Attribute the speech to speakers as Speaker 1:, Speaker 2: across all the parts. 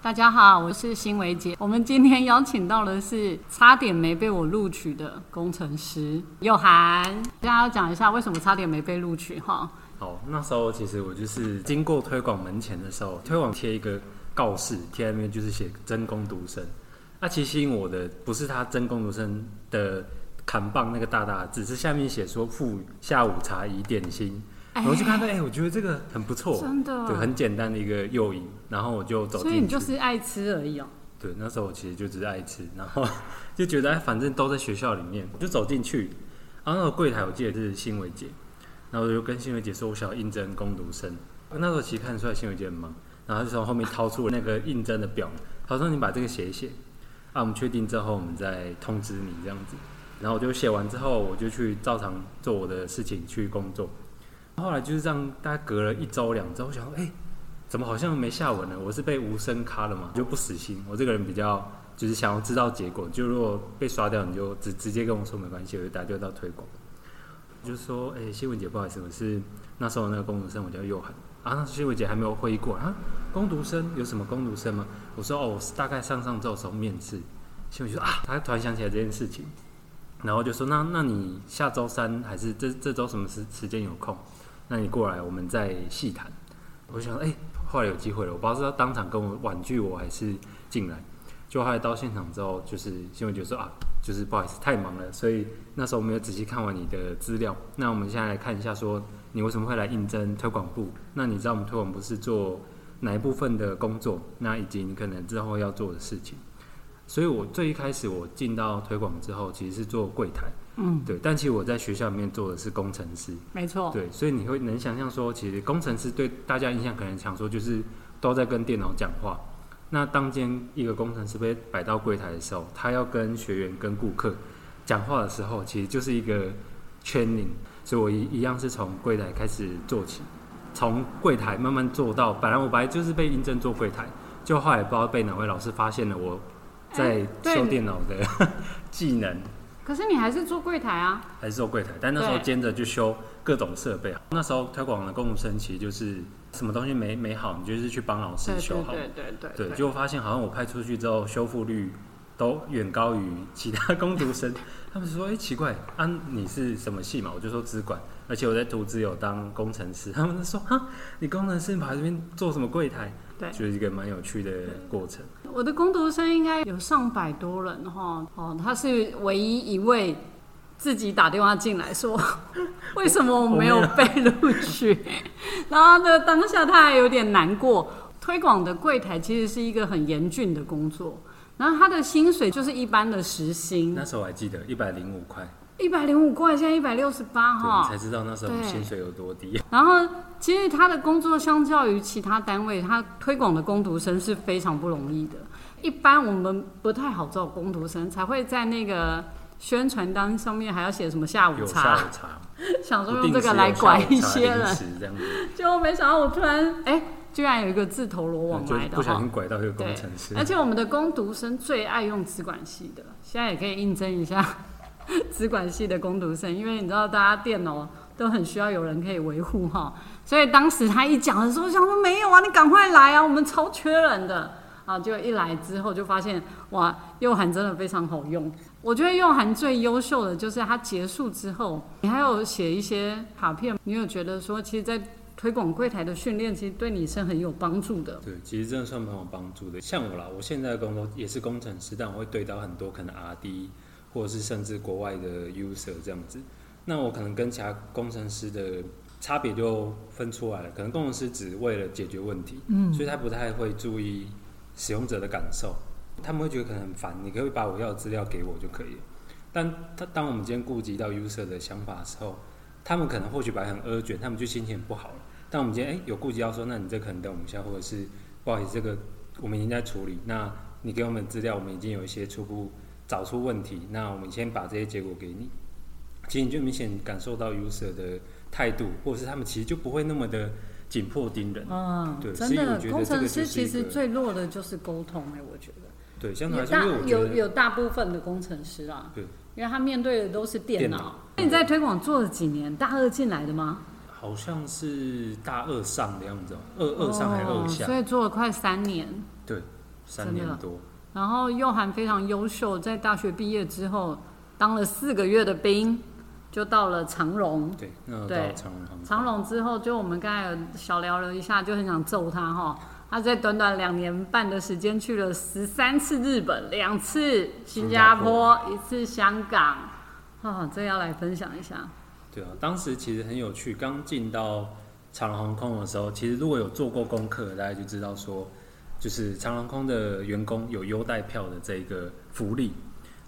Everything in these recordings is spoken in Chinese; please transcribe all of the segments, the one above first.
Speaker 1: 大家好，我是新维姐。我们今天邀请到的是差点没被我录取的工程师佑涵。大家要讲一下为什么差点没被录取哈。
Speaker 2: 好，那时候其实我就是经过推广门前的时候，推广贴一个告示，贴在那边就是写“真工读生”。那、其实吸引我的不是他“真工读生”的砍棒那个大大的字，是下面写说附下午茶以点心。然后我就看到，哎、我觉得这个很不错，
Speaker 1: 真的
Speaker 2: 哦对，很简单的一个诱因。然后我就走进
Speaker 1: 所
Speaker 2: 去，
Speaker 1: 以你就是爱吃而已哦、
Speaker 2: 对，那时候我其实就只是爱吃，然后 就觉得哎，反正都在学校里面，我就走进去。然后那个柜台我记得是新伟姐，然后我就跟新伟姐说，我想要应征攻读生。那时候其实看得出来新伟姐很忙，然后她就从后面掏出那个应征的表，她说你把这个写一写，啊，我们确定之后我们再通知你这样子。然后我就写完之后，我就去照常做我的事情去工作。后来就是这样，大概隔了一周两周，我想说，哎、怎么好像没下文了？我是被无声咖了嘛，就不死心。我这个人比较就是想要知道结果，就如果被刷掉，你就直直接跟我说没关系，我就打电话到推广，就说：“哎、新闻姐，不好意思，我是那时候那个工读生，我叫佑涵啊。那时候新闻姐还没有会议过啊，工读生有什么工读生吗？”我说：“哦，我是大概上上周的时候面试。”新闻姐说：“啊，她突然想起来这件事情，然后就说：那那你下周三还是这这周什么时时间有空？那你过来，我们再细谈。”我就想，哎、后来有机会了，我不知道是他当场跟我婉拒我，还是进来。就后来到现场之后，就是新闻就说啊，就是不好意思，太忙了，所以那时候没有仔细看完你的资料。那我们现在来看一下，说你为什么会来应征推广部？那你知道我们推广部是做哪一部分的工作？那以及你可能之后要做的事情。所以我最一开始我进到推广之后，其实是做柜台，
Speaker 1: 嗯，
Speaker 2: 对，但其实我在学校里面做的是工程师，
Speaker 1: 没错，
Speaker 2: 对，所以你会能想象说，其实工程师对大家印象可能想说就是都在跟电脑讲话。那当间一个工程师被摆到柜台的时候，他要跟学员、跟顾客讲话的时候，其实就是一个 training。所以我一一样是从柜台开始做起，从柜台慢慢做到，本来我本来就是被应征做柜台，就后来不知道被哪位老师发现了我在
Speaker 1: 哎对
Speaker 2: 修
Speaker 1: 你
Speaker 2: 电脑的 技能，
Speaker 1: 可是你还是做柜台啊，
Speaker 2: 还是做柜台，但那时候
Speaker 1: 对
Speaker 2: 兼着去修各种设备。啊那时候推广的工程其实就是什么东西没没好，你就是去帮老师
Speaker 1: 对
Speaker 2: 修
Speaker 1: 对
Speaker 2: 好。
Speaker 1: 对对对
Speaker 2: 对，就发现好像我派出去之后，修复率都远高于其他工读生。 他们说：“哎、奇怪，啊，你是什么系嘛？”我就说资管，而且我在图资有当工程师。他们就说：“哈，你工程师跑来这边做什么柜台？”
Speaker 1: 对
Speaker 2: 就是一个蛮有趣的过程。
Speaker 1: 我的工读生应该有上百多人哈，哦，他是唯一一位自己打电话进来说， 为什么我没有被录取？ 然后呢，当下他还有点难过。推广的柜台其实是一个很严峻的工作，然后他的薪水就是一般的时薪
Speaker 2: 那，时候我还记得一百零五块，
Speaker 1: 一百零五块，现在一百六十八
Speaker 2: 对，
Speaker 1: 哈
Speaker 2: 你才。知道那时候
Speaker 1: 哦对
Speaker 2: 薪水有多低。
Speaker 1: 然后，其实他的工作相较于其他单位，他推广的工读生是非常不容易的。一般我们不太好找工读生，才会在那个宣传单上面还要写什么下午
Speaker 2: 有
Speaker 1: 茶，
Speaker 2: 下午茶，
Speaker 1: 想说
Speaker 2: 一
Speaker 1: 用
Speaker 2: 定
Speaker 1: 这
Speaker 2: 是
Speaker 1: 个
Speaker 2: 有
Speaker 1: 来
Speaker 2: 下
Speaker 1: 拐
Speaker 2: 午
Speaker 1: 一
Speaker 2: 茶
Speaker 1: 些
Speaker 2: 零
Speaker 1: 人，
Speaker 2: 食这样子，
Speaker 1: 结果没想到我突然哎，居然有一个自投罗网
Speaker 2: 就
Speaker 1: 来
Speaker 2: 是
Speaker 1: 的
Speaker 2: 不小
Speaker 1: 哈
Speaker 2: 心。拐到一个
Speaker 1: 对
Speaker 2: 工程，师
Speaker 1: 而。且我们的工读生最爱用资管系的，现在也可以应征一下 资管系的工读生，因为你知道大家电脑都很需要有人可以维护哈。所以当时他一讲的时候，我想说没有啊，你赶快来啊，我们超缺人的啊。结果一来之后就发现，哇，佑涵真的非常好用。我觉得佑涵最优秀的就是他结束之后，你还有写一些卡片，你有觉得说，其实，在推广柜台的训练，其实对你是很有帮助的。
Speaker 2: 对，其实真的算蛮有帮助的。像我啦，我现在的工作也是工程师，但我会对到很多可能 R D 或者是甚至国外的 user 这样子。那我可能跟其他工程师的差别就分出来了。可能工程师只为了解决问题，嗯，所以他不太会注意使用者的感受，他们会觉得可能很烦，你可不可以把我要的资料给我就可以了。但他当我们今天顾及到 user 的想法的时候，他们可能或许本来很 urgent，他们就心情不好了。但我们今天哎、有顾及到说，那你这可能等我们一下，或者是不好意思，这个我们已经在处理。那你给我们资料，我们已经有一些初步找出问题。那我们先把这些结果给你。其实你就明显感受到 user 的态度，或者是他们其实就不会那么的紧迫盯人。
Speaker 1: 嗯
Speaker 2: 对
Speaker 1: 真
Speaker 2: 所以我
Speaker 1: 的
Speaker 2: 觉，得
Speaker 1: 工
Speaker 2: 这个
Speaker 1: 程
Speaker 2: 就
Speaker 1: 师
Speaker 2: 是
Speaker 1: 其
Speaker 2: 一
Speaker 1: 实
Speaker 2: 个
Speaker 1: 最弱的就是沟通哎、我觉得
Speaker 2: 对，相对
Speaker 1: 有
Speaker 2: 来说，
Speaker 1: 大
Speaker 2: 因为我觉
Speaker 1: 有
Speaker 2: 得
Speaker 1: 有大部分的工程师啦，
Speaker 2: 对，
Speaker 1: 因为他面对的都是电
Speaker 2: 电
Speaker 1: 脑
Speaker 2: 脑。
Speaker 1: 那你在推广做了几年？大二进来的吗？
Speaker 2: 好像是大二上的样子、哦，二二上还是
Speaker 1: 哦
Speaker 2: 二下？
Speaker 1: 所以做了快三年。
Speaker 2: 对，三
Speaker 1: 真的
Speaker 2: 年多，
Speaker 1: 然后佑涵非常优秀，在大学毕业之后当了四个月的兵，就到了长荣。
Speaker 2: 对，那
Speaker 1: 对
Speaker 2: 到长荣航空
Speaker 1: 长荣之后，就我们刚才有小聊了一下，就很想揍他哈。他在短短两年半的时间去了十三次日本，两次新加坡，一次香港。哦，这要来分享一下。
Speaker 2: 对啊，当时其实很有趣。刚进到长荣航空的时候，其实如果有做过功课，大家就知道说，就是长荣航空的员工有优待票的这一个福利。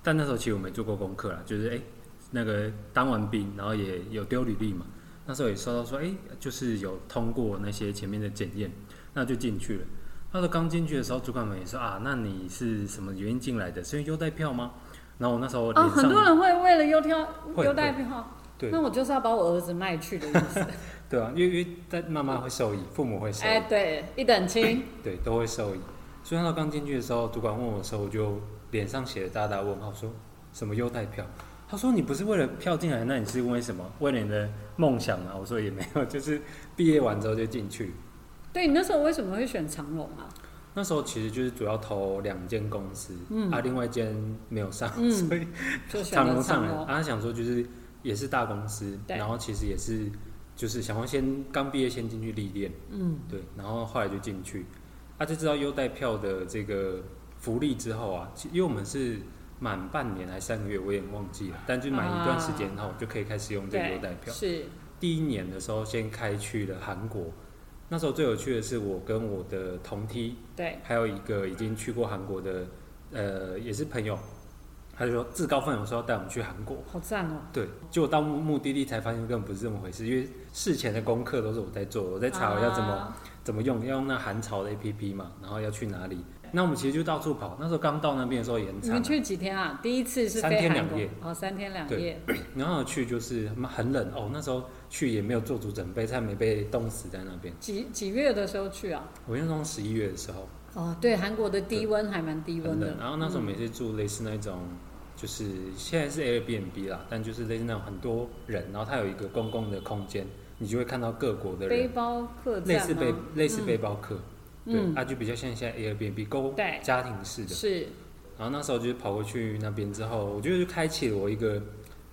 Speaker 2: 但那时候其实我没做过功课啦，就是哎、诶那个当完兵，然后也有丢履历嘛。那时候也收到说，哎、就是有通过那些前面的检验，那就进去了。那时候刚进去的时候，主管们也说啊，那你是什么原因进来的？是因为优待票吗？然后我那时候脸
Speaker 1: 哦，
Speaker 2: 上、
Speaker 1: 很多人会为了优挑
Speaker 2: 会
Speaker 1: 优待票，
Speaker 2: 对
Speaker 1: 那我就是要把我儿子卖去的意 思。
Speaker 2: 对啊，因为因为在妈妈会受益，父母会受益。
Speaker 1: 哎，对，一等 亲。
Speaker 2: 对，都会受益。所以那时候刚进去的时候，主管问我的时候，我就脸上写了大大问号，说什么优待票？他说你不是为了票进来，那你是为什么？为了你的梦想啊？我说也没有， 就是毕业完之后就进去。
Speaker 1: 对你那时候为什么会选长荣啊？
Speaker 2: 那时候其实就是主要投两间公司，
Speaker 1: 嗯
Speaker 2: 啊，另外一间没有上，
Speaker 1: 嗯
Speaker 2: 所以
Speaker 1: 就选
Speaker 2: 长
Speaker 1: 了
Speaker 2: 隆上
Speaker 1: 长
Speaker 2: 来，
Speaker 1: 荣
Speaker 2: 啊，。他想说就是也是大公司，
Speaker 1: 对
Speaker 2: 然后其实也是就是想要先刚毕业先进去历练，
Speaker 1: 嗯，
Speaker 2: 对，然后后来就进去，他、就知道优待票的这个福利之后啊，其因为我们是满半年还三个月，我也忘记了，但就满一段时间后就可以开始用这个优待
Speaker 1: 对，
Speaker 2: 票。
Speaker 1: 是
Speaker 2: 第一年的时候先开去了韩国，那时候最有趣的是我跟我的同梯，
Speaker 1: 对，
Speaker 2: 还有一个已经去过韩国的，呃，也是朋友，他就说自告奋勇说要带我们去韩国。
Speaker 1: 好赞哦。
Speaker 2: 对，结果到目目的地才发现根本不是这么回事，因为事前的功课都是我在做，我在查我要怎么
Speaker 1: 啊
Speaker 2: 怎么用，要用那韩潮的 APP 嘛，然后要去哪里？那我们其实就到处跑。那时候刚到那边的时候也很
Speaker 1: 你
Speaker 2: 惨
Speaker 1: 们，去几天啊？第一次是
Speaker 2: 三
Speaker 1: 飞
Speaker 2: 天
Speaker 1: 韩
Speaker 2: 两
Speaker 1: 国
Speaker 2: 夜，
Speaker 1: 哦，三天两
Speaker 2: 对
Speaker 1: 夜，
Speaker 2: 欸然后去就是很冷哦，那时候去也没有做足准备，才没被冻死在那边。
Speaker 1: 几几月的时候去啊？
Speaker 2: 我印象中十一月的时候
Speaker 1: 哦，对，韩国的低温还蛮低
Speaker 2: 很
Speaker 1: 温的嗯
Speaker 2: 冷，，然后那时候每次住类似那种，就是现在是 Airbnb 啦，但就是类似那种很多人，然后它有一个公共的空间，你就会看到各国的
Speaker 1: 背
Speaker 2: 人，
Speaker 1: 包客
Speaker 2: 类
Speaker 1: 栈啊
Speaker 2: 似
Speaker 1: 吗
Speaker 2: 背类似背包客，对，
Speaker 1: 嗯
Speaker 2: 它、就比较像现在 Airbnb 勾
Speaker 1: 对
Speaker 2: 家庭式的。
Speaker 1: 是
Speaker 2: 然后那时候就是跑过去那边之后，我觉得就开启了我一个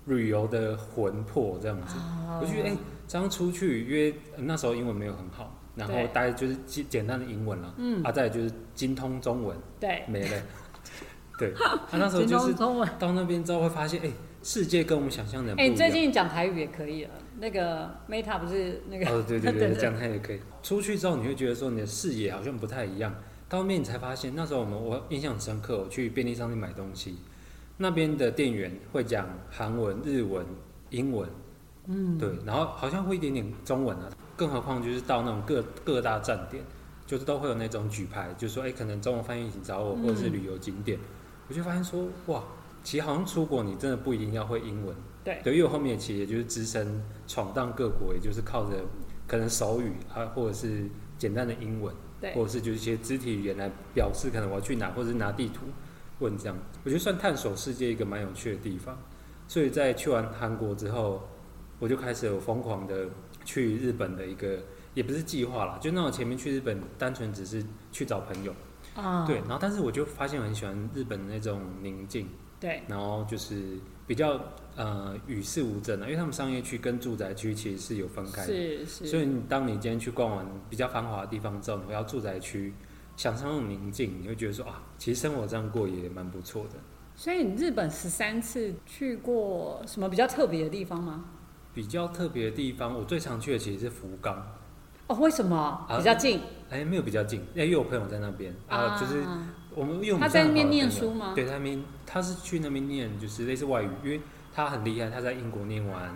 Speaker 2: 旅游的魂魄这样子。
Speaker 1: 哦
Speaker 2: 我就觉得哎，这样出去约，呃那时候英文没有很好，然后
Speaker 1: 对
Speaker 2: 大概就是简简单的英文了，
Speaker 1: 嗯，
Speaker 2: 啊，再来就是精通中文
Speaker 1: 对，
Speaker 2: 没了。对，啊，那时候就
Speaker 1: 中
Speaker 2: 是
Speaker 1: 中文。
Speaker 2: 到那边之后会发现，哎，世界跟我们想象的不一
Speaker 1: 哎，
Speaker 2: 样。
Speaker 1: 最近讲台语也可以了，那个 Meta 不是那个
Speaker 2: 哦，对对
Speaker 1: 对
Speaker 2: 对，
Speaker 1: 对
Speaker 2: 这样他也可以。出去之后，你会觉得说你的视野好像不太一样。到后面你才发现，那时候我们我印象很深刻，我去便利商店买东西，那边的店员会讲韩文、日文、英文，嗯，对，然后好像会一点点中文啊。更何况就是到那种各各大站点，就是都会有那种举牌，就说哎，可能中文翻译请找我，
Speaker 1: 嗯
Speaker 2: 或者是旅游景点，我就发现说哇，其实好像出国你真的不一定要会英文。
Speaker 1: 对
Speaker 2: 对，因为我后面其实也就是只身闯荡各国，也就是靠着可能手语啊，或者是简单的英文，
Speaker 1: 对
Speaker 2: 或者是就是一些肢体语言来表示可能我要去哪，或者是拿地图问这样。我觉得算探索世界一个蛮有趣的地方。所以在去完韩国之后，我就开始有疯狂的去日本的一个，也不是计划啦，就那种前面去日本单纯只是去找朋友，
Speaker 1: 啊，
Speaker 2: 对。然后但是我就发现我很喜欢日本的那种宁静。
Speaker 1: 对
Speaker 2: 然后就是比较呃与世无争的、因为他们商业区跟住宅区其实是有分开的，
Speaker 1: 是是，
Speaker 2: 所以你当你今天去逛完比较繁华的地方之后，你回到住宅区，享受那种宁静，你会觉得说啊，其实生活这样过也蛮不错的。
Speaker 1: 所以你日本十三次去过什么比较特别的地方吗？
Speaker 2: 比较特别的地方，我最常去的其实是福冈，
Speaker 1: 哦，为什么比较近？
Speaker 2: 哎，没有比较近，哎，因为我朋友在那边啊，就是我们因为我们
Speaker 1: 他
Speaker 2: 是很
Speaker 1: 在那边
Speaker 2: 好的朋友
Speaker 1: 念书吗
Speaker 2: 对，他那边他是去那边念就是类似外语，因为他很厉害，他在英国念完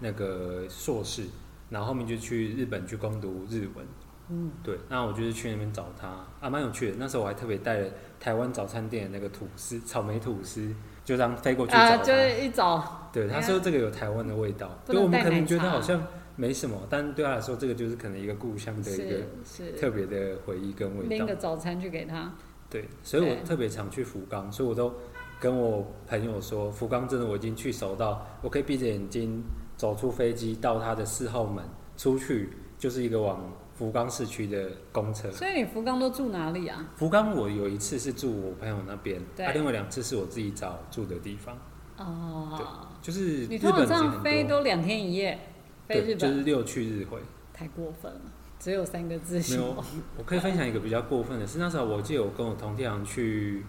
Speaker 2: 那个硕士，然后后面就去日本去攻读日文。
Speaker 1: 嗯，
Speaker 2: 对，那我就是去那边找他，啊，蛮有趣的。那时候我还特别带了台湾早餐店的那个吐司，草莓吐司，就这样飞过去找他。
Speaker 1: 啊，就是一早
Speaker 2: 对，他说这个有台湾的味道，
Speaker 1: 不
Speaker 2: 对我
Speaker 1: 能
Speaker 2: 们
Speaker 1: 带
Speaker 2: 可能
Speaker 1: 奶
Speaker 2: 觉得
Speaker 1: 茶
Speaker 2: 好像没什么，但对他来说，这个就是可能一个故乡的一
Speaker 1: 是
Speaker 2: 个
Speaker 1: 是
Speaker 2: 特别的回忆跟味道
Speaker 1: 拎。个早餐去给他。
Speaker 2: 对，所以我
Speaker 1: 对
Speaker 2: 特别常去福冈，所以我都跟我朋友说，福冈真的我已经去熟到，我可以闭着眼睛走出飞机到它的四号门出去，就是一个往福冈市区的公车。
Speaker 1: 所以你福冈都住哪里啊？
Speaker 2: 福冈我有一次是住我朋友那边，
Speaker 1: 对
Speaker 2: 啊，另外两次是我自己找住的地方，
Speaker 1: 哦，
Speaker 2: 就是
Speaker 1: 你
Speaker 2: 日
Speaker 1: 通常
Speaker 2: 本已
Speaker 1: 这
Speaker 2: 经
Speaker 1: 样
Speaker 2: 很
Speaker 1: 飞
Speaker 2: 多，
Speaker 1: 都两天一夜，飞
Speaker 2: 对，
Speaker 1: 日
Speaker 2: 就是
Speaker 1: 本
Speaker 2: 六去日回。
Speaker 1: 太过分了，只有三个字
Speaker 2: 没
Speaker 1: 形
Speaker 2: 有
Speaker 1: 容。，
Speaker 2: 我可以分享一个比较过分的是，那时候我记得我跟我同天行去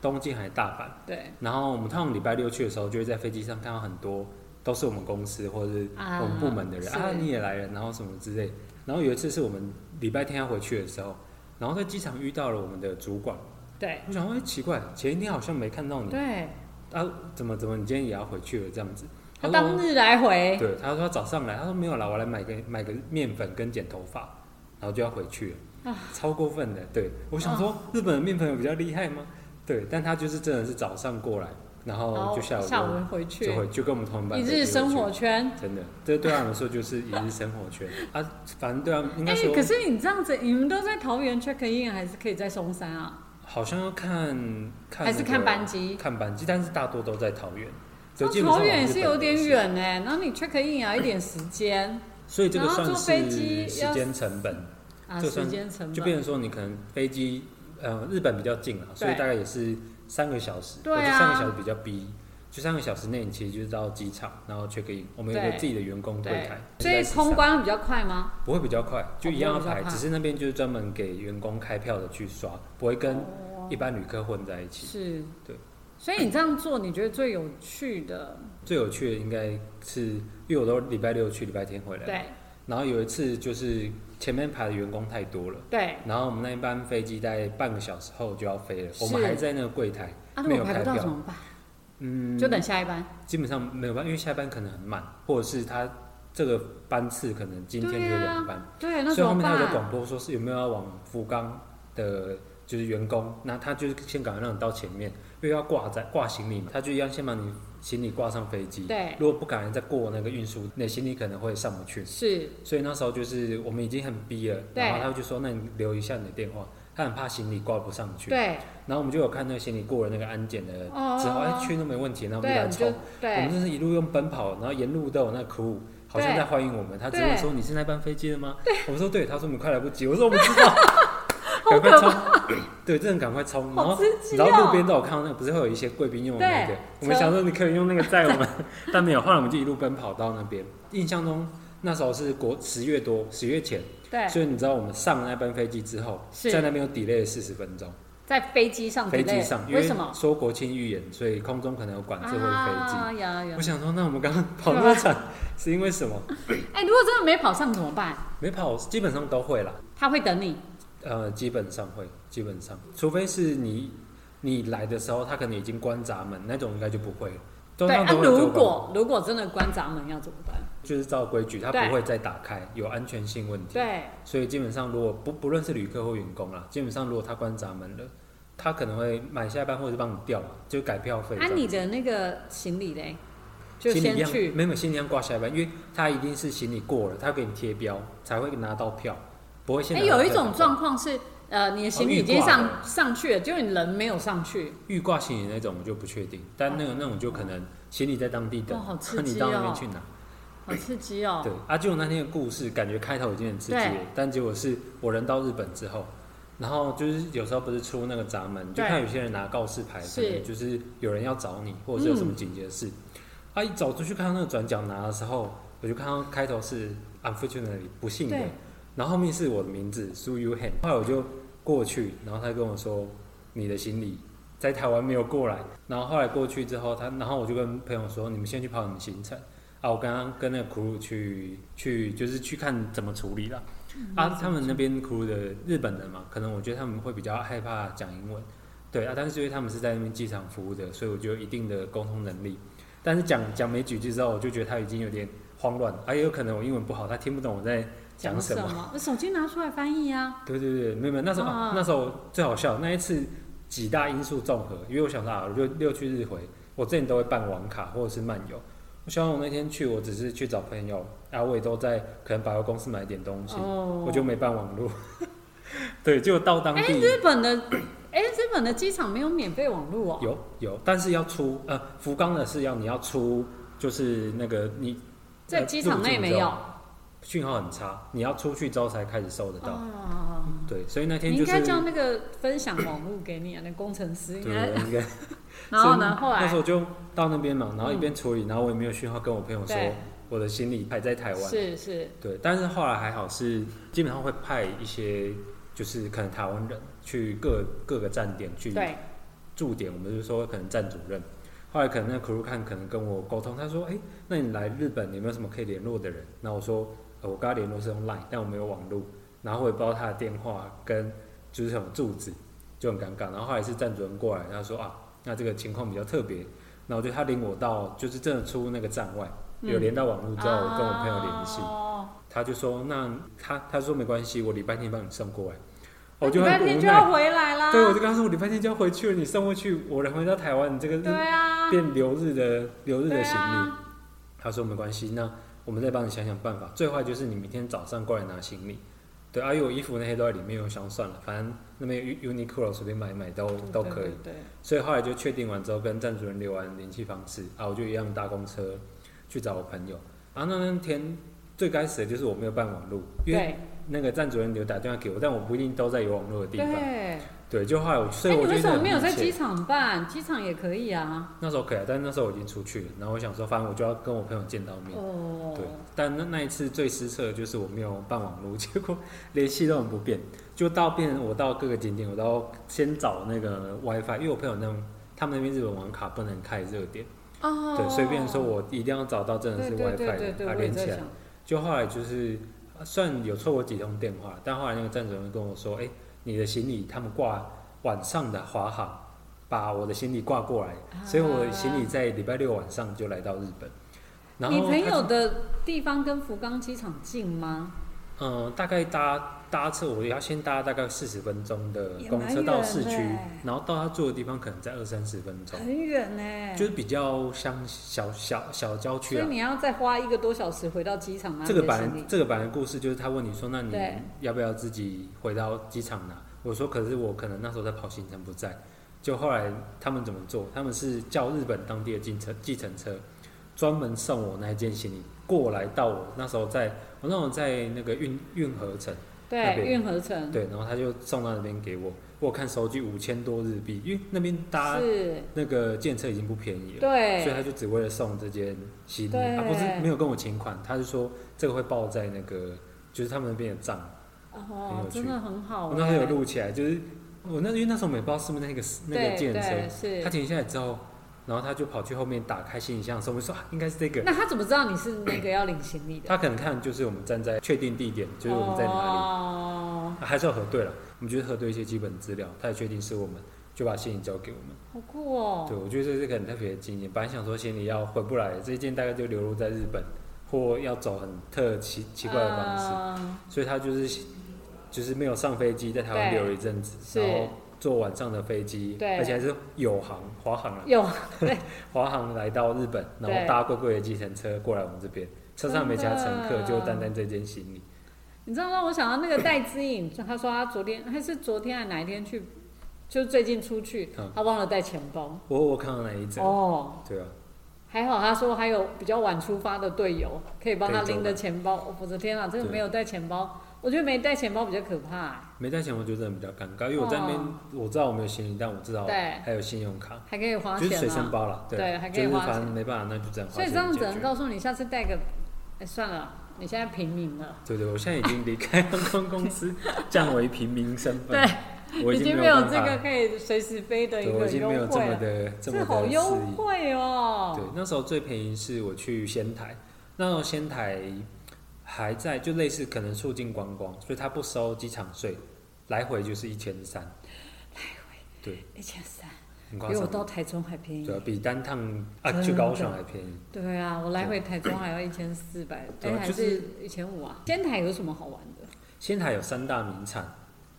Speaker 2: 东京还是大阪，
Speaker 1: 对
Speaker 2: 然后我们他们礼拜六去的时候，就会在飞机上看到很多都是我们公司或者是
Speaker 1: 啊
Speaker 2: 我们部门的人
Speaker 1: 是
Speaker 2: 啊你也来了，然后什么之类。然后有一次是我们礼拜天要回去的时候，然后在机场遇到了我们的主管，
Speaker 1: 对
Speaker 2: 我想说，哎、奇怪，前一天好像没看到你
Speaker 1: 对，
Speaker 2: 啊，怎么怎么你今天也要回去了这样子？
Speaker 1: 他
Speaker 2: 说
Speaker 1: 当日来回，
Speaker 2: 对，他说他早上来，他说没有啦，我来买个买个面粉跟剪头发，然后就要回去
Speaker 1: 啊
Speaker 2: 了，超过分的。对，我想说日本的面粉有比较厉害吗？对，但他就是真的是早上过来，然
Speaker 1: 然
Speaker 2: 后
Speaker 1: 后
Speaker 2: 哦就下午
Speaker 1: 哦下午回去
Speaker 2: 就，回就跟我们同班
Speaker 1: 一
Speaker 2: 的
Speaker 1: 日
Speaker 2: 就回
Speaker 1: 生
Speaker 2: 去
Speaker 1: 活圈。
Speaker 2: 真的，这对他们来说就是一日生活圈啊，反正对他们应
Speaker 1: 哎、
Speaker 2: 该说
Speaker 1: 可是你这样子，你们都在桃园 check in，还是可以在松山啊？
Speaker 2: 好像要看看
Speaker 1: 还是
Speaker 2: 那
Speaker 1: 看
Speaker 2: 个
Speaker 1: 班机
Speaker 2: 看班机，但是大多都在桃园。对
Speaker 1: 那
Speaker 2: 基本上
Speaker 1: 桃
Speaker 2: 我
Speaker 1: 园也
Speaker 2: 日
Speaker 1: 是
Speaker 2: 本
Speaker 1: 有
Speaker 2: 都
Speaker 1: 点
Speaker 2: 是，
Speaker 1: 远呢、然后你 check in 啊，一点时间
Speaker 2: 所以这个
Speaker 1: 然后
Speaker 2: 算
Speaker 1: 坐飞机
Speaker 2: 是
Speaker 1: 要
Speaker 2: 时间成本。
Speaker 1: 啊，
Speaker 2: 这
Speaker 1: 时
Speaker 2: 算
Speaker 1: 间成
Speaker 2: 就变
Speaker 1: 本。
Speaker 2: 成说你可能飞机，呃，日本比较近啊，所以
Speaker 1: 对
Speaker 2: 大概也是三个小时，
Speaker 1: 对啊
Speaker 2: 我觉得三个小时比较逼，就三个小时内你其实就是到机场，然后 check in，我们有一个
Speaker 1: 对
Speaker 2: 自己的员工柜
Speaker 1: 对
Speaker 2: 台，，
Speaker 1: 所以通关比较快吗？
Speaker 2: 不会比较快，就一样要
Speaker 1: 不会
Speaker 2: 排
Speaker 1: 比，较快
Speaker 2: 只是那边就是专门给员工开票的去刷，不会跟一般旅客混在一起。
Speaker 1: 是，
Speaker 2: 对。
Speaker 1: 所以你这样做，你觉得最有趣的？
Speaker 2: 最有趣的应该是，因为我都礼拜六去，礼拜天回来，
Speaker 1: 对
Speaker 2: 然后有一次就是前面排的员工太多了。
Speaker 1: 对。
Speaker 2: 然后我们那一班飞机在半个小时后就要飞了，我们
Speaker 1: 是
Speaker 2: 还在那个柜台，
Speaker 1: 啊，
Speaker 2: 没
Speaker 1: 如
Speaker 2: 有
Speaker 1: 果排
Speaker 2: 开
Speaker 1: 不到
Speaker 2: 票
Speaker 1: 怎么办？
Speaker 2: 嗯，
Speaker 1: 就等下一班。
Speaker 2: 基本上没有办法，因为下班可能很慢，或者是他这个班次可能今天
Speaker 1: 对
Speaker 2: 就
Speaker 1: 啊
Speaker 2: 两班，
Speaker 1: 对，那
Speaker 2: 所
Speaker 1: 怎
Speaker 2: 以后
Speaker 1: 么
Speaker 2: 面他有个
Speaker 1: 办？
Speaker 2: 广播说是有没有要往福冈的，就是员工，那他就是先赶快让你到前面，因为要挂载挂行李嘛，他就一样先把你行李挂上飞机。
Speaker 1: 对，
Speaker 2: 如果不赶，再过那个运输，你的行李可能会上不去。
Speaker 1: 是
Speaker 2: 所以那时候就是我们已经很逼了，
Speaker 1: 对
Speaker 2: 然后他就说：“那你留一下你的电话。”他很怕行李挂不上去。。
Speaker 1: 对
Speaker 2: 然后我们就有看那个行李过了那个安检的之
Speaker 1: 哦
Speaker 2: 后，哎，去都没问题，然后我们
Speaker 1: 对，我
Speaker 2: 就来
Speaker 1: 们就。
Speaker 2: 抽我们
Speaker 1: 对
Speaker 2: 就是一路用奔跑，然后沿路都有那苦，好像
Speaker 1: 对
Speaker 2: 在欢迎我们。他只
Speaker 1: 对
Speaker 2: 问说：“你是那班飞机的吗？”我说：“对。”他说：“我们快来不及。”我说：“我们知 道，赶快冲！” 对，真的赶快冲。然
Speaker 1: 好
Speaker 2: 后
Speaker 1: 刺激
Speaker 2: 然后路
Speaker 1: 哦
Speaker 2: 边都有看到那个，不是会有一些贵宾用的那个
Speaker 1: 对，
Speaker 2: 我们
Speaker 1: 车
Speaker 2: 想说你可以用那个载我们， 但没有。后来我们就一路奔跑到那边。印象中那时候是国十月多，十月前，
Speaker 1: 对，
Speaker 2: 所以你知道我们上了那班飞机之后，
Speaker 1: 是
Speaker 2: 在那边有 delay 四十分钟。
Speaker 1: 在飞机上
Speaker 2: 飞
Speaker 1: delay
Speaker 2: 机上，因
Speaker 1: 为什么？
Speaker 2: 说国庆预演，所以空中可能有管制会飞机。
Speaker 1: 啊呀呀
Speaker 2: 我！想说，那我们刚刚跑 那么长是因为什么？
Speaker 1: 哎、如果真的没跑上怎么办？
Speaker 2: 没跑，基本上都会啦。
Speaker 1: 他会等你。
Speaker 2: 呃，基本上会，基本上，除非是你你来的时候，他可能已经关闸门，那种应该就不会了。通
Speaker 1: 对，
Speaker 2: 常
Speaker 1: 啊、
Speaker 2: 都会
Speaker 1: 如
Speaker 2: 关
Speaker 1: 果如果真的关闸门要怎么办？
Speaker 2: 就是照规矩，他
Speaker 1: 对
Speaker 2: 不会再打开，有安全性问题。
Speaker 1: 对，
Speaker 2: 所以基本上，如果不不论是旅客或员工啦，基本上如果他关闸门了，他可能会买下班或者是帮你调，就改票费这
Speaker 1: 啊，
Speaker 2: 样。
Speaker 1: 你的那个行李嘞，就
Speaker 2: 行李一
Speaker 1: 先
Speaker 2: 样
Speaker 1: 去。
Speaker 2: 没有行李一样挂下班，因为他一定是行李过了，他给你贴标才会拿到票，不会先
Speaker 1: 哎、
Speaker 2: 拿到票
Speaker 1: 有
Speaker 2: 再
Speaker 1: 一
Speaker 2: 拿到。
Speaker 1: 种状况是，呃，你的行李已经
Speaker 2: 哦预挂
Speaker 1: 上上去了，结果你人没有上去，
Speaker 2: 预挂行李那种我就不确定，但那个那种就可能行李在当地等，
Speaker 1: 哦好刺激
Speaker 2: 你到那边去拿。
Speaker 1: 好刺激哦。
Speaker 2: 对，啊，就那天的故事，感觉开头已经很刺激了
Speaker 1: 对，
Speaker 2: 但结果是我人到日本之后，然后就是有时候不是出那个闸门，就
Speaker 1: 对
Speaker 2: 看有些人拿告示牌，可
Speaker 1: 是嗯
Speaker 2: 能就是有人要找你，或者是有什么紧急的事。啊，一走出去看到那个转角拿的时候，我就看到开头是 unfortunately 不幸的
Speaker 1: 对，
Speaker 2: 然后后面是我的名字苏 u Han，后来我就过去，然后他跟我说你的行李。在台湾没有过来，然后后来过去之后，他，然后我就跟朋友说，你们先去跑你们行程，啊，我刚刚跟那个 crew 去去，就是去看怎么处理啦。啊，他们那边 crew 的日本人嘛，可能我觉得他们会比较害怕讲英文，对啊，但是因为他们是在那边机场服务的，所以我就有一定的沟通能力。但是讲讲没几句之后，我就觉得他已经有点慌乱，啊，也有可能我英文不好，他听不懂我在讲什
Speaker 1: 什
Speaker 2: 么。
Speaker 1: 么？我手机拿出来翻译啊。
Speaker 2: 对对对，没有没有，那时候、
Speaker 1: 啊
Speaker 2: 啊那时候最好笑，那一次几大因素综合，因为我想说啊，六六去日回，我之前都会办网卡或者是漫游。我想我那天去，我只是去找朋友，然、后我也都在可能百货公司买点东西，
Speaker 1: 哦
Speaker 2: 我就没办网络。 对，就到当
Speaker 1: 哎、
Speaker 2: 地、
Speaker 1: 日本的， 哎、日本的机场没有免费网络哦。
Speaker 2: 有有，但是要出呃福冈的是要你要出，就是那个你
Speaker 1: 在
Speaker 2: 呃
Speaker 1: 机场
Speaker 2: 入境
Speaker 1: 内没
Speaker 2: 之后
Speaker 1: 有，
Speaker 2: 讯号很差，你要出去之后才开始收得到。
Speaker 1: 哦，
Speaker 2: 对，所以那天
Speaker 1: 你
Speaker 2: 就
Speaker 1: 应
Speaker 2: 是
Speaker 1: 该叫那个分享网络给你啊，那工程师应
Speaker 2: 对，
Speaker 1: 该。
Speaker 2: 应该。
Speaker 1: 然后
Speaker 2: 所以
Speaker 1: 呢，后
Speaker 2: 那时
Speaker 1: 来嗯
Speaker 2: 候就到那边嘛，然后一边处理，然后我也没有讯号跟我朋友说
Speaker 1: 对
Speaker 2: 我的行李还在台湾。
Speaker 1: 是是
Speaker 2: 对，但是后来还好是基本上会派一些就是可能台湾人去各各个站点去
Speaker 1: 对，
Speaker 2: 驻点，我们就说可能站主任。后来可能那个 crew 看可能跟我沟通，他说：“哎、那你来日本你有没有什么可以联络的人？”那我说：“呃，我跟他联络是用 Line，但我没有网络，然后我也不知道他的电话跟就是什么住址，就很尴尬。”然后后来是站主任过来，他说：“啊，那这个情况比较特别。”那我就他领我到就是真的出那个站外，有连到网络之后，我跟我朋友联系。
Speaker 1: 嗯哦
Speaker 2: 他就说：“那他他说没关系，我礼拜天帮你送过来。”
Speaker 1: 那
Speaker 2: 我就
Speaker 1: 礼拜
Speaker 2: 很
Speaker 1: 天
Speaker 2: 无
Speaker 1: 就
Speaker 2: 奈，
Speaker 1: 要回来啦。
Speaker 2: 对，我就跟他说：“我礼拜天就要回去了，你送过去，我人回到台湾，你这个
Speaker 1: 对
Speaker 2: 是
Speaker 1: 啊，
Speaker 2: 变留日的留日
Speaker 1: 对
Speaker 2: 的行李。
Speaker 1: 啊，
Speaker 2: 他说：“没关系，那我们再帮你想想办法。最坏就是你明天早上过来拿行李。”对，啊，因为我衣服那些都在里面，我想算了，反正那边 U- Uniqlo 随便买一买都都可以。
Speaker 1: 嗯对。对对
Speaker 2: 所以后来就确定完之后，跟站主任留完联系方式啊，我就一样搭公车去找我朋友。啊，那那天最该死的就是我没有办网路，因为
Speaker 1: 对
Speaker 2: 那个站主任有打电话给我，但我不一定都在有网络的地
Speaker 1: 对，
Speaker 2: 方。
Speaker 1: 哎，
Speaker 2: 对，就后来我，所以
Speaker 1: 你
Speaker 2: 我觉
Speaker 1: 为
Speaker 2: 得
Speaker 1: 什么没有
Speaker 2: 很
Speaker 1: 在
Speaker 2: 密切
Speaker 1: 机场办？机场也可以啊。
Speaker 2: 那时候可以啊，但那时候我已经出去了，然后我想说，反正我就要跟我朋友见到面。
Speaker 1: 哦，
Speaker 2: 对，但那那一次最失策的就是我没有办网络， 结果联系都很不便，就到变成我到各个景点，我都要先找那个 WiFi，因为我朋友那种他们那边日本网卡不能开热点，
Speaker 1: 哦，
Speaker 2: 对，所以变成说我一定要找到真的
Speaker 1: 对
Speaker 2: 是
Speaker 1: 对
Speaker 2: WiFi
Speaker 1: 对对
Speaker 2: 的
Speaker 1: 对，
Speaker 2: 把它
Speaker 1: 我也
Speaker 2: 连
Speaker 1: 在
Speaker 2: 起来
Speaker 1: 想。，
Speaker 2: 就后来就是呃算有错过几通电话，但后来那个站主任跟我说，哎、你的行李他们挂晚上的华航把我的行李挂过来，
Speaker 1: 啊
Speaker 2: 所以我的行李在礼拜六晚上就来到日本。然后
Speaker 1: 你朋
Speaker 2: 他
Speaker 1: 友的地方跟福冈机场近吗？
Speaker 2: 嗯，大概搭搭车，我要先搭大概四十分钟的
Speaker 1: 也
Speaker 2: 公
Speaker 1: 蛮
Speaker 2: 车
Speaker 1: 远
Speaker 2: 到市
Speaker 1: 的
Speaker 2: 区
Speaker 1: 欸，
Speaker 2: 然后到他住的地方可能在二三十分钟，
Speaker 1: 很远呢，
Speaker 2: 就是比较乡小小小郊区
Speaker 1: 哎所以
Speaker 2: 啊。
Speaker 1: 你要再花一个多小时回到机场拿
Speaker 2: 这
Speaker 1: 你
Speaker 2: 个
Speaker 1: 的
Speaker 2: 版
Speaker 1: 行李。
Speaker 2: 这个版的故事就是他问你说，那你
Speaker 1: 对
Speaker 2: 要不要自己回到机场拿？我说可是我可能那时候在跑行程不在。就后来他们怎么做？他们是叫日本当地的计程计程车，专门送我那一件行李过来到我那时候在，我那时候在那个运运河城。
Speaker 1: 对，
Speaker 2: 那边
Speaker 1: 运河城
Speaker 2: 对，然后他就送到那边给我，我有看收据五千多日币，因为那边搭
Speaker 1: 是，
Speaker 2: 那个建车已经不便宜了，所以
Speaker 1: 对，
Speaker 2: 他就只为了送这件行李，
Speaker 1: 对
Speaker 2: 他啊不是没有跟我请款，他是说这个会报在那个就是他们那边的账，很
Speaker 1: 哦
Speaker 2: 有，趣
Speaker 1: 真的很好
Speaker 2: 我
Speaker 1: 欸。
Speaker 2: 那时候有录起来，就是我那因为那时候我们也不知道是不是那个那
Speaker 1: 对
Speaker 2: 个建
Speaker 1: 对
Speaker 2: 车，
Speaker 1: 是。
Speaker 2: 他停下来之后，然后他就跑去后面打开行李箱的时候，我们说、啊、应该是这个，
Speaker 1: 那他怎么知道你是那个要领行李的？
Speaker 2: 他可能看就是我们站在确定地点，就是我们在哪里。
Speaker 1: 哦，
Speaker 2: 还是要核对了，我们就是核对一些基本资料，他也确定是我们，就把行李交给我们。
Speaker 1: 好酷哦！
Speaker 2: 对，我觉得这是个很特别的经验。本来想说行李要回不来，这一件大概就流落在日本，或要走很特奇奇怪的方式，
Speaker 1: 式。
Speaker 2: 所以他就是就是没有上飞机，在台湾
Speaker 1: 对
Speaker 2: 留了一阵子，
Speaker 1: 是
Speaker 2: 然后坐晚上的飞机，
Speaker 1: 对
Speaker 2: 而且还是有航华航啦，
Speaker 1: 有
Speaker 2: 华航来到日本，然后
Speaker 1: 对
Speaker 2: 搭贵贵的计程车过来我们这边，车上没其他乘客，
Speaker 1: 真的
Speaker 2: 就单单这件行李。
Speaker 1: 你知道让我想到那个戴之颖，就他说他昨天还是昨天还啊哪一天去，就最近出去，
Speaker 2: 嗯
Speaker 1: 他忘了带钱包。
Speaker 2: 我我看到那一整，
Speaker 1: 哦，
Speaker 2: 对啊，
Speaker 1: 还好他说还有比较晚出发的队友可以帮他
Speaker 2: 可以走
Speaker 1: 拎着钱包。哦我的天啊，真的
Speaker 2: 对
Speaker 1: 没有带钱包，我觉得没带钱包比较可怕，
Speaker 2: 没带钱，我觉得很比较尴尬，因为我在那边、
Speaker 1: 哦
Speaker 2: 我知道我没有行李，但我知道
Speaker 1: 对
Speaker 2: 还有信用卡，
Speaker 1: 还可以花
Speaker 2: 就
Speaker 1: 钱
Speaker 2: 是随身
Speaker 1: 啊。
Speaker 2: 包啦，
Speaker 1: 对还可以
Speaker 2: 就是
Speaker 1: 花
Speaker 2: 反
Speaker 1: 钱
Speaker 2: 正没办法，那就这样花
Speaker 1: 所
Speaker 2: 钱
Speaker 1: 以这
Speaker 2: 解决。
Speaker 1: 样只能告诉你，下次带个，哎，算了，你现在平民了，
Speaker 2: 对对，我现在已经离开航空公司， 降为平民身份，对我
Speaker 1: 已
Speaker 2: 经
Speaker 1: 经
Speaker 2: 没
Speaker 1: 没有这
Speaker 2: 办法
Speaker 1: 个可以随时飞的一
Speaker 2: 对我
Speaker 1: 个
Speaker 2: 已经
Speaker 1: 优
Speaker 2: 没有这
Speaker 1: 惠
Speaker 2: 么
Speaker 1: 了，
Speaker 2: 的这么
Speaker 1: 这好
Speaker 2: 的
Speaker 1: 优
Speaker 2: 肆意。
Speaker 1: 惠哦。
Speaker 2: 对，那时候最便宜是我去仙台，那时候仙台还在，就类似可能促进观光，所以他不收机场税，来回就是一千三，
Speaker 1: 一千三，
Speaker 2: 很夸
Speaker 1: 比我
Speaker 2: 张，
Speaker 1: 到台中还便宜
Speaker 2: 对。啊，比单趟啊
Speaker 1: 真
Speaker 2: 去高
Speaker 1: 的
Speaker 2: 雄还便宜。
Speaker 1: 对啊，我来回台中还要一千四百，
Speaker 2: 对
Speaker 1: 哎，
Speaker 2: 啊
Speaker 1: 还
Speaker 2: 就是
Speaker 1: 一千五啊。仙台有什么好玩的？
Speaker 2: 仙台有三大名产，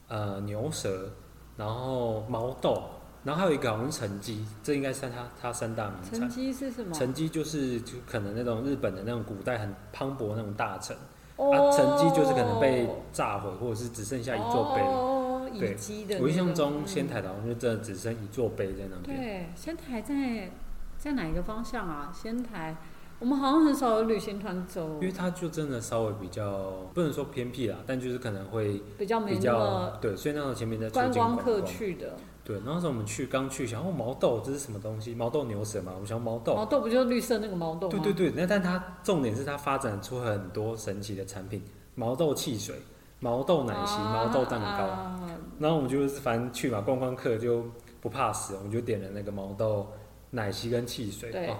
Speaker 2: 呃，牛舌，然后毛豆，然后还有一个好像是陈鸡，这应该是它它三大名
Speaker 1: 成
Speaker 2: 产。
Speaker 1: 绩是什么？
Speaker 2: 陈鸡就是就可能那种日本的那种古代很磅礴那种大臣，
Speaker 1: 哦
Speaker 2: 啊，陈鸡就是可能被炸毁或者是只剩下一座碑。
Speaker 1: 哦，
Speaker 2: 对
Speaker 1: 遗迹的那个。
Speaker 2: 我印象中仙
Speaker 1: 嗯
Speaker 2: 台好像就真的只剩一座碑在那边，
Speaker 1: 对仙台在在哪一个方向啊？仙台我们好像很少有旅行团走
Speaker 2: 因，为它就真的稍微比较不能说偏僻啦，但就是可能会
Speaker 1: 比较没
Speaker 2: 比
Speaker 1: 那
Speaker 2: 较
Speaker 1: 么
Speaker 2: 对，所以那时候前面在
Speaker 1: 观
Speaker 2: 促进
Speaker 1: 光
Speaker 2: 观
Speaker 1: 客去的。
Speaker 2: 对，然后那时候我们去刚去想哦毛豆这是什么东西？毛豆牛舌嘛，我们想毛豆，
Speaker 1: 哦毛豆不就是绿色那个毛豆吗？
Speaker 2: 对对对，那但它重点是它发展出很多神奇的产品，毛豆汽水、毛豆奶昔、毛豆蛋糕。
Speaker 1: 啊
Speaker 2: 然后我们就是反正去嘛，观光客就不怕死，我们就点了那个毛豆奶昔跟汽水。
Speaker 1: 对
Speaker 2: 哦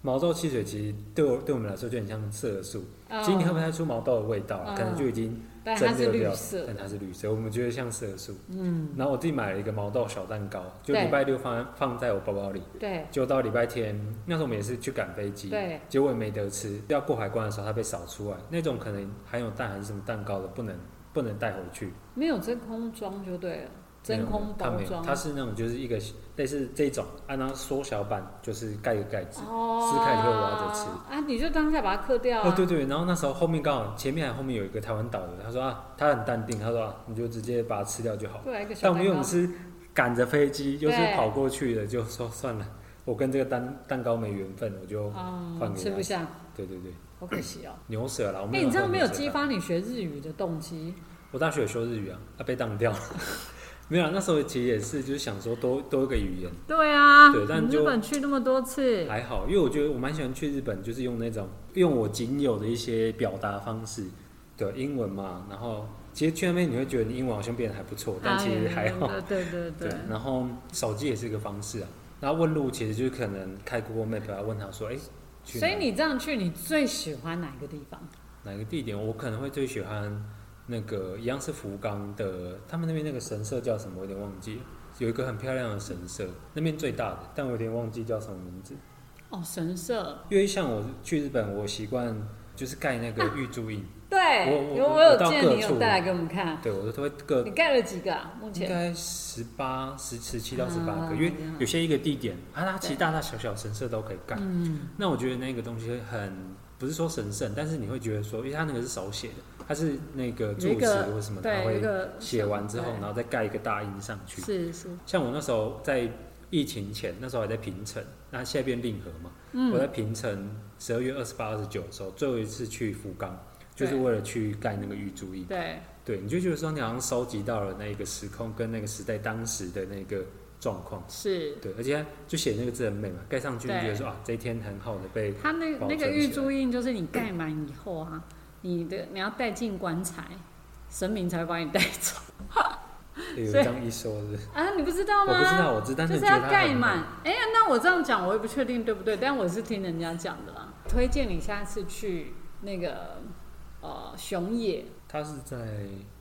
Speaker 2: 毛豆汽水其实对我对我们来说就很像色素，
Speaker 1: 啊
Speaker 2: 其实你喝不太出毛豆的味道，啊
Speaker 1: 嗯
Speaker 2: 可能就已经
Speaker 1: 但它
Speaker 2: 蒸
Speaker 1: 是
Speaker 2: 馏
Speaker 1: 绿
Speaker 2: 掉，
Speaker 1: 色
Speaker 2: 但它
Speaker 1: 的，
Speaker 2: 是绿色，我们觉得像色素。
Speaker 1: 嗯，
Speaker 2: 然后我自己买了一个毛豆小蛋糕，就
Speaker 1: 对
Speaker 2: 礼拜六放放在我包包里，
Speaker 1: 对
Speaker 2: 就到礼拜天那时候我们也是去赶飞机，
Speaker 1: 对
Speaker 2: 结果也没得吃，要过海关的时候它被扫出来，那种可能含有蛋还是什么蛋糕的，不能不能带回去。
Speaker 1: 没有真空装就对了，真空
Speaker 2: 它
Speaker 1: 包
Speaker 2: 没有，
Speaker 1: 装
Speaker 2: 它是那种就是一个类似这种，按照缩小版就是盖一个盖子。
Speaker 1: 哦，
Speaker 2: 撕开以后挖着吃
Speaker 1: 啊，你就当下把它刻掉啊，
Speaker 2: 哦，对对，然后那时候后面刚好前面还后面有一个台湾岛的，他说啊，他很淡定，他说啊，你就直接把它吃掉就好。
Speaker 1: 过来一个小
Speaker 2: 但我
Speaker 1: 蛋
Speaker 2: 们因为我
Speaker 1: 糕
Speaker 2: 们，是赶着飞机，又是
Speaker 1: 对
Speaker 2: 跑过去的，就说算了，我跟这个蛋蛋糕没缘分，我就
Speaker 1: 啊、
Speaker 2: 换给
Speaker 1: 吃
Speaker 2: 他
Speaker 1: 不下，
Speaker 2: 对对对，
Speaker 1: 好可惜哦。
Speaker 2: 牛舌啦，我
Speaker 1: 哎、
Speaker 2: 们
Speaker 1: 你这样没有激
Speaker 2: 鸡
Speaker 1: 发你学日语的动机，
Speaker 2: 我大学有修日语啊，啊被当掉了。 没有啊，那时候其实也是就是想说多多一个语言，
Speaker 1: 对啊，
Speaker 2: 对但
Speaker 1: 你
Speaker 2: 就哎
Speaker 1: 日本去那么多次，
Speaker 2: 还好，因为我觉得我蛮喜欢去日本，就是用那种用我仅有的一些表达方式，对英文嘛，然后其实去那边你会觉得你英文好像变得还不错，但其实还好
Speaker 1: 哎，对对对
Speaker 2: 对，然后手机也是一个方式啊，然后问路其实就是可能开 Google Map 来问他说，哎、去哪
Speaker 1: 所以你这样去，你最喜欢哪个地方？
Speaker 2: 哪个地点？我可能会最喜欢那个一样是福冈的，他们那边那个神社叫什么？我有点忘记了，有一个很漂亮的神社，那边最大的，但我有点忘记叫什么名字。
Speaker 1: 哦，神社，
Speaker 2: 因为像我去日本，我习惯就是盖那个玉珠印，
Speaker 1: 对，
Speaker 2: 我我
Speaker 1: 有
Speaker 2: 我
Speaker 1: 有
Speaker 2: 到
Speaker 1: 见
Speaker 2: 各
Speaker 1: 你有
Speaker 2: 处
Speaker 1: 带来给我们看，
Speaker 2: 对我都会各
Speaker 1: 啊你盖了几个啊？目
Speaker 2: 应
Speaker 1: 前
Speaker 2: 该十八、十十七到十八
Speaker 1: 啊
Speaker 2: 个，因为
Speaker 1: 原来
Speaker 2: 有些一个地点，啊，它其实大大小小神社都可以盖。
Speaker 1: 嗯，
Speaker 2: 那我觉得那个东西很不是说神圣，但是你会觉得说，因为它那个是手写的，它是那个
Speaker 1: 有一
Speaker 2: 住持
Speaker 1: 个
Speaker 2: 或者什么，它
Speaker 1: 对，有一
Speaker 2: 会
Speaker 1: 个
Speaker 2: 写完之后，
Speaker 1: 对
Speaker 2: 然后再盖一个大印上去。
Speaker 1: 是是，
Speaker 2: 像我那时候在疫情前，那时候还在平城，那现在变令和嘛。
Speaker 1: 嗯
Speaker 2: 我在平城十二月二十八、二十九的时候，最后一次去福冈，就是
Speaker 1: 对
Speaker 2: 为了去盖那个玉珠印。
Speaker 1: 对，
Speaker 2: 对，你就觉得说你好像收集到了那个时空跟那个时代当时的那个状况。
Speaker 1: 是。
Speaker 2: 对，而且就写那个字很美嘛，盖上去就觉
Speaker 1: 对
Speaker 2: 得说啊，这一天很好的被
Speaker 1: 它那
Speaker 2: 保
Speaker 1: 那个
Speaker 2: 存
Speaker 1: 玉
Speaker 2: 起
Speaker 1: 珠印就是你盖满以后啊，你的你要带进棺材，神明才会把你带走
Speaker 2: 有
Speaker 1: 所以
Speaker 2: 这样一说是不是
Speaker 1: 啊！你不知道
Speaker 2: 我
Speaker 1: 吗？
Speaker 2: 不知道，我知道，但
Speaker 1: 就是是
Speaker 2: 觉得
Speaker 1: 要
Speaker 2: 它
Speaker 1: 盖
Speaker 2: 很
Speaker 1: 满
Speaker 2: 美。。
Speaker 1: 哎呀，那我这样讲我也不确定对不对，但我是听人家讲的啦。推荐你下次去那个呃熊野，
Speaker 2: 它是在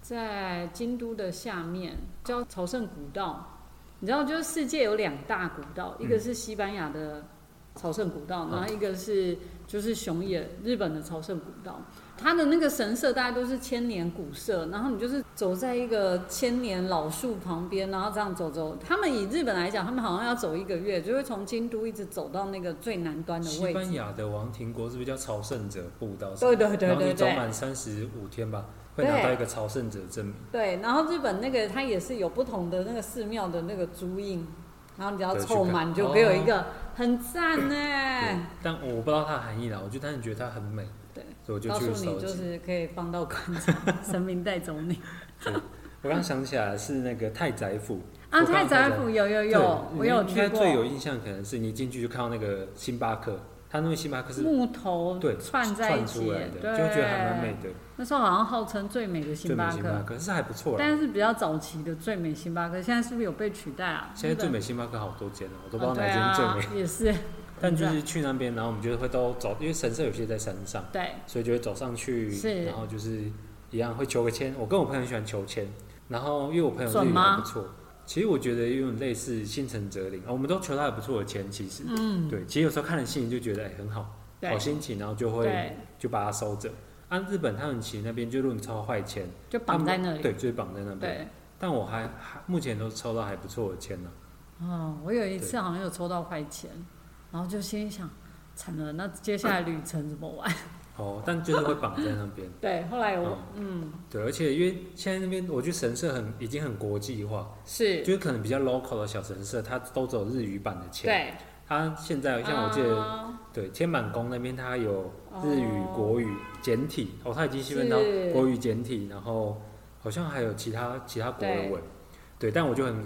Speaker 1: 在京都的下面叫朝圣古道。你知道，就是世界有两大古道，一个是西班牙的朝圣古道，
Speaker 2: 嗯
Speaker 1: 然后一个是就是熊野日本的朝圣古道。它的那个神社大概都是千年古社，然后你就是走在一个千年老树旁边，然后这样走走。他们以日本来讲，他们好像要走一个月，就会从京都一直走到那个最南端的
Speaker 2: 西
Speaker 1: 位
Speaker 2: 班
Speaker 1: 置。
Speaker 2: 牙的王庭国，是不是叫朝圣者步道？
Speaker 1: 对对对
Speaker 2: 然后
Speaker 1: 对
Speaker 2: 你走
Speaker 1: 对。
Speaker 2: 满三十五天吧，会拿
Speaker 1: 对
Speaker 2: 到一个朝圣者证明。
Speaker 1: 对，然后日本那个它也是有不同的那个寺庙的那个珠印，然后你只要凑满，你就给我一
Speaker 2: 哦
Speaker 1: 个，很赞
Speaker 2: 对
Speaker 1: 呢。，
Speaker 2: 但我不知道它的含义啦，我就但是觉得它很美，
Speaker 1: 嗯对，
Speaker 2: 所以我就
Speaker 1: 告诉
Speaker 2: 去
Speaker 1: 你
Speaker 2: 收
Speaker 1: 就
Speaker 2: 集。
Speaker 1: 是可以放到棺材，神明带走 你
Speaker 2: 我刚想起来是那个太宰府
Speaker 1: 啊！
Speaker 2: 我刚
Speaker 1: 太
Speaker 2: 刚
Speaker 1: 宰
Speaker 2: 在
Speaker 1: 府有有
Speaker 2: 对
Speaker 1: 有，
Speaker 2: 你
Speaker 1: 我有
Speaker 2: 应
Speaker 1: 去
Speaker 2: 该
Speaker 1: 过，
Speaker 2: 最有印象可能是你进去就看到那个星巴克，它那个星巴克是
Speaker 1: 木头
Speaker 2: 对
Speaker 1: 嗯串在一
Speaker 2: 串
Speaker 1: 起，
Speaker 2: 出来的，
Speaker 1: 对，
Speaker 2: 就会觉得还蛮美的。
Speaker 1: 那时候好像号称最美的
Speaker 2: 最
Speaker 1: 星
Speaker 2: 美
Speaker 1: 巴
Speaker 2: 星巴
Speaker 1: 克，
Speaker 2: 克是还不错啦，
Speaker 1: 但是比较早期的最美星巴克，现在是不是有被取代啊？
Speaker 2: 现在最
Speaker 1: 日
Speaker 2: 美星巴克好多间哦，我都
Speaker 1: 本
Speaker 2: 不知道哪间最美。
Speaker 1: 哦对啊也是
Speaker 2: 但就是去那边，然后我们就会都走，因为神社有些在山上，
Speaker 1: 对。
Speaker 2: 所以就会走上
Speaker 1: 是
Speaker 2: 去，然后就是一样会求个签。我跟我朋友很喜欢求签，然后因为我朋友日
Speaker 1: 准
Speaker 2: 语
Speaker 1: 吗
Speaker 2: 还不错，其实我觉得有点类似心诚则灵，啊我们都求到还不错的签，其实，嗯，对，其实有时候看了心情就觉得哎、很好，
Speaker 1: 对
Speaker 2: 好心情，然后就会
Speaker 1: 对，
Speaker 2: 就把它收着。按、日本他们其实那边就如果你抽到坏签，
Speaker 1: 就
Speaker 2: 他
Speaker 1: 绑
Speaker 2: 们
Speaker 1: 在那里。
Speaker 2: 对，就是绑在那边。
Speaker 1: 对，
Speaker 2: 但我还还目前都抽到还不错的签了、
Speaker 1: 哦，我有一次好像有抽到坏钱，然后就心里想，惨了，那接下来旅程怎么玩？
Speaker 2: 哦，但就是会绑在那边。
Speaker 1: 对，后来我
Speaker 2: 哦
Speaker 1: 嗯
Speaker 2: 对，而且因为现在那边我去神社很已经很国际化，
Speaker 1: 是
Speaker 2: 就是可能比较 local 的小神社，它都走日语版的签。
Speaker 1: 对
Speaker 2: 他现在像我记得，
Speaker 1: 啊
Speaker 2: 对千满宫那边他有日语、
Speaker 1: 哦
Speaker 2: 国语简体哦，他已经细分到
Speaker 1: 是
Speaker 2: 国语简体，然后好像还有其他其他国的文，对，但我就很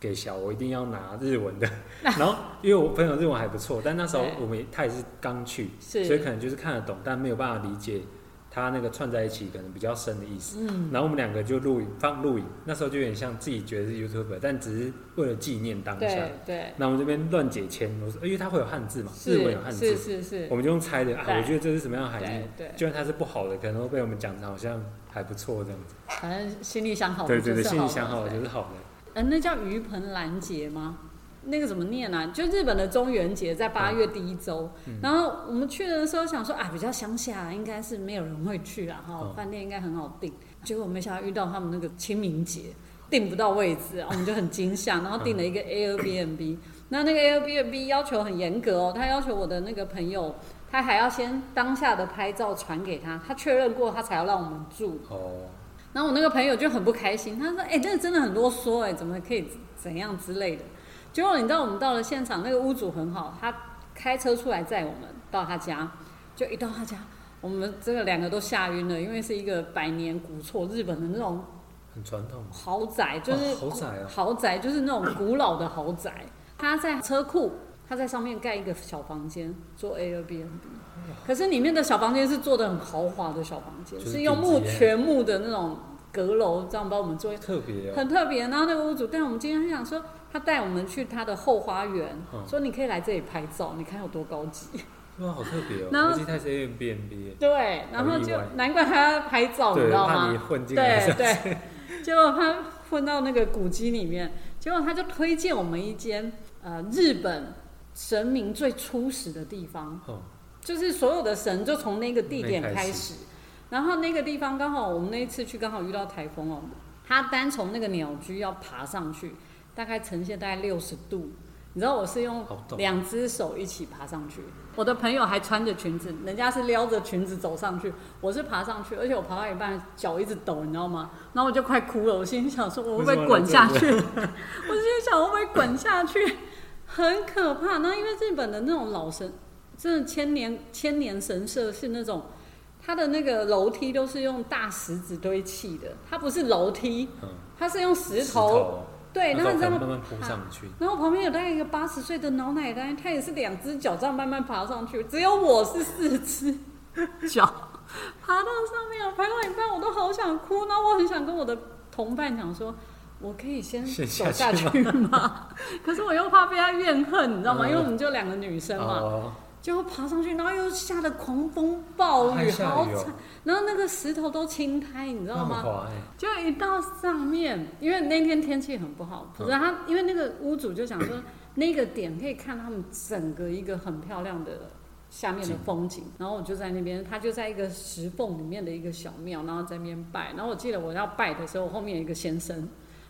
Speaker 2: 给小，我一定要拿日文 的，然后因为我朋友日文还不错，但那时候
Speaker 1: 对
Speaker 2: 我们也他也是刚去，
Speaker 1: 是，
Speaker 2: 所以可能就是看得懂，但没有办法理解他那个串在一起可能比较深的意思。
Speaker 1: 嗯，
Speaker 2: 然后我们两个就录影放录影，那时候就有点像自己觉得是 YouTuber，但只是为了纪念当下
Speaker 1: 对。对，
Speaker 2: 那我们这边乱解签，我说，因为它会有汉字嘛，日
Speaker 1: 是
Speaker 2: 文有汉
Speaker 1: 是是
Speaker 2: 字，
Speaker 1: 是
Speaker 2: 我，们就用猜的啊。
Speaker 1: 对
Speaker 2: 我觉得这是什么样的含义
Speaker 1: 对？对，
Speaker 2: 就算它是不好的，可能会被我们讲的好像还不错这样子。
Speaker 1: 反正心里想好的
Speaker 2: 对对对，
Speaker 1: 就是
Speaker 2: 心里想好
Speaker 1: 的
Speaker 2: 的
Speaker 1: 对
Speaker 2: 就是好的。
Speaker 1: 呃，那叫鱼盆拦截吗？那个怎么念啊？就日本的中元节在八月第一周，然后我们去的时候想说啊，比较乡下，应该是没有人会去啊，哈
Speaker 2: 嗯，
Speaker 1: 饭店应该很好订。结果没想到遇到他们那个清明节，订不到位置，啊我们就很惊吓，然后订了一个 Airbnb。那那个 Airbnb 要求很严格哦，他要求我的那个朋友，他还要先当下的拍照传给他，他确认过他才要让我们住。
Speaker 2: 哦，
Speaker 1: 然后我那个朋友就很不开心，他说：“哎、那个真的很啰嗦、哎，怎么可以怎样之类的。”结果你知道我们到了现场，那个屋主很好，他开车出来载我们到他家，就一到他家，我们这个两个都吓晕了，因为是一个百年古厝，日本的那种
Speaker 2: 很传统，
Speaker 1: 豪宅，就是、
Speaker 2: 哦豪宅啊
Speaker 1: 豪宅就是那种古老的豪宅。他在车库，他在上面盖一个小房间做 Airbnb，可是里面的小房间是做的很豪华的小房间，
Speaker 2: 就是
Speaker 1: 是用木
Speaker 2: 顶级的
Speaker 1: 全木的那种阁楼这样帮我们做，
Speaker 2: 特别哦。
Speaker 1: 很特别。然后那个屋主带我们今天想说，他带我们去他的后花园，
Speaker 2: 嗯
Speaker 1: 说你可以来这里拍照，你看有多高 级。
Speaker 2: 哇，好特别哦！
Speaker 1: 然后
Speaker 2: 我记得它是 a b n b
Speaker 1: 对，然后
Speaker 2: 好意
Speaker 1: 就
Speaker 2: 外
Speaker 1: 难怪他要拍照，哦你
Speaker 2: 对，
Speaker 1: 知道吗
Speaker 2: 怕你？混进来
Speaker 1: 对对，结果他混到那个古迹里面，结果他就推荐我们一间呃日本神明最初始的地方，
Speaker 2: 哦，
Speaker 1: 就是所有的神就从那个地点
Speaker 2: 那
Speaker 1: 开
Speaker 2: 开
Speaker 1: 始。
Speaker 2: 始
Speaker 1: 然后那个地方刚好我们那一次去刚好遇到台风哦，他单从那个鸟居要爬上去，大概呈现大概六十度。你知道我是用
Speaker 2: 好陡
Speaker 1: 两只手一起爬上去，我的朋友还穿着裙子，人家是撩着裙子走上去，我是爬上去，而且我爬到一半脚一直抖，你知道吗？然后我就快哭了，我心里想说我会不会滚下去？我心里 想我会不会滚下去？很可怕。那因为日本的那种老神，真的千年千年神社是那种，它的那个楼梯都是用大石子堆砌的，它不是楼梯，
Speaker 2: 嗯，
Speaker 1: 它是用石头。
Speaker 2: 头
Speaker 1: 对，
Speaker 2: 那
Speaker 1: 然后你
Speaker 2: 种
Speaker 1: 知
Speaker 2: 可
Speaker 1: 道
Speaker 2: 能
Speaker 1: 吗
Speaker 2: 慢慢铺上去，
Speaker 1: 然后旁边有大概一个八十岁的老奶奶，她也是两只脚这样慢慢爬上去，只有我是四只脚爬到上面，爬到一半我都好想哭，然后我很想跟我的同伴讲说，我可以先
Speaker 2: 先
Speaker 1: 走下
Speaker 2: 下去吗
Speaker 1: 去吗？ 可是我又怕被她怨恨，你知道吗？
Speaker 2: 嗯
Speaker 1: 因为我们就两个女生嘛，
Speaker 2: 哦，
Speaker 1: 结果爬上去，然后又下了狂风暴
Speaker 2: 还
Speaker 1: 雨，
Speaker 2: 下雨
Speaker 1: 好
Speaker 2: 哦
Speaker 1: 惨，然后那个石头都青苔，你知道
Speaker 2: 那
Speaker 1: 吗
Speaker 2: 么？滑哎，
Speaker 1: 就一到上面，因为那天天气很不好，可是他因为那个屋主就想说，那个点可以看他们整个一个很漂亮的下面的风景。然后我就在那边，他就在一个石缝里面的一个小庙，然后在那边拜。然后我记得我要拜的时候，我后面有一个先生，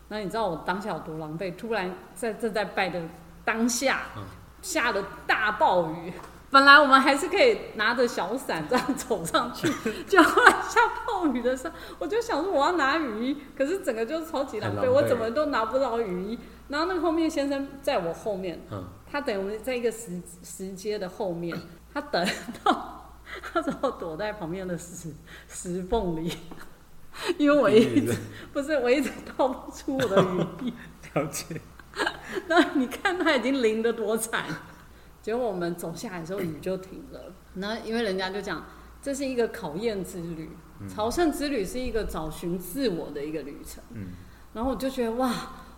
Speaker 1: 那你知道我当下有多狼狈？突然在正在拜的当下
Speaker 2: 嗯，
Speaker 1: 下了大暴雨。本来我们还是可以拿着小伞这样走上去，就后来下暴雨的时候，我就想说我要拿雨衣，可是整个就超级狼
Speaker 2: 很
Speaker 1: 狈，
Speaker 2: 狼狈
Speaker 1: 我怎么都拿不到雨衣。然后那个后面先生在我后面，
Speaker 2: 嗯，
Speaker 1: 他等我们在一个石石阶的后面，他等到他只好躲在旁边的石石缝里， 因为我
Speaker 2: 嗯
Speaker 1: 一直不是我一直掏不出我的雨衣，
Speaker 2: 了解，
Speaker 1: 那你看他已经淋得多惨。结果我们走下来的时候，雨就停了。那因为人家就讲，这是一个考验之旅，朝圣之旅是一个找寻自我的一个旅程。
Speaker 2: 嗯，
Speaker 1: 然后我就觉得哇，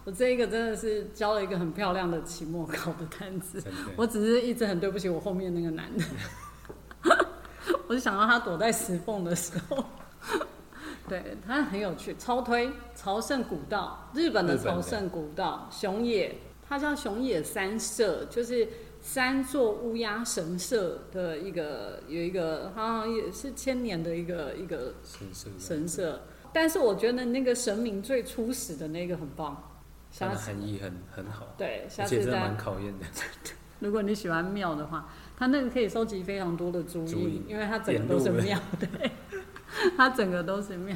Speaker 1: 我这一个真的是交了一个很漂亮的期末考的单子。
Speaker 2: 真的。
Speaker 1: 我只是一直很对不起我后面那个男的， 我就想到他躲在石缝的时候， 对他很有趣，超推朝圣古道，日本的
Speaker 2: 日本
Speaker 1: 朝
Speaker 2: 的
Speaker 1: 圣古道，熊野，它叫熊野三社，就是三座乌鸦神社的一个有一个好像也是千年的一个一个
Speaker 2: 神社
Speaker 1: 神社，但是我觉得那个神明最初始的那个很棒，
Speaker 2: 它
Speaker 1: 下
Speaker 2: 的
Speaker 1: 次
Speaker 2: 含义很很好，
Speaker 1: 对下
Speaker 2: 而且
Speaker 1: 次
Speaker 2: 真的
Speaker 1: 再
Speaker 2: 蛮考验的，
Speaker 1: 如果你喜欢庙的话，它那个可以收集非常多的珠
Speaker 2: 珠
Speaker 1: 印
Speaker 2: 印，
Speaker 1: 因为它整个都是
Speaker 2: 沿路的
Speaker 1: 庙，对，它整个都是庙。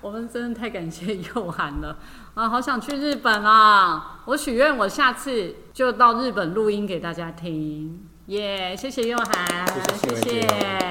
Speaker 1: 我们真的太感谢佑涵了啊！好想去日本啊！我许愿，我下次就到日本录音给大家听。耶、谢谢佑涵，
Speaker 2: 谢谢欣
Speaker 1: 谢
Speaker 2: 文姐
Speaker 1: 谢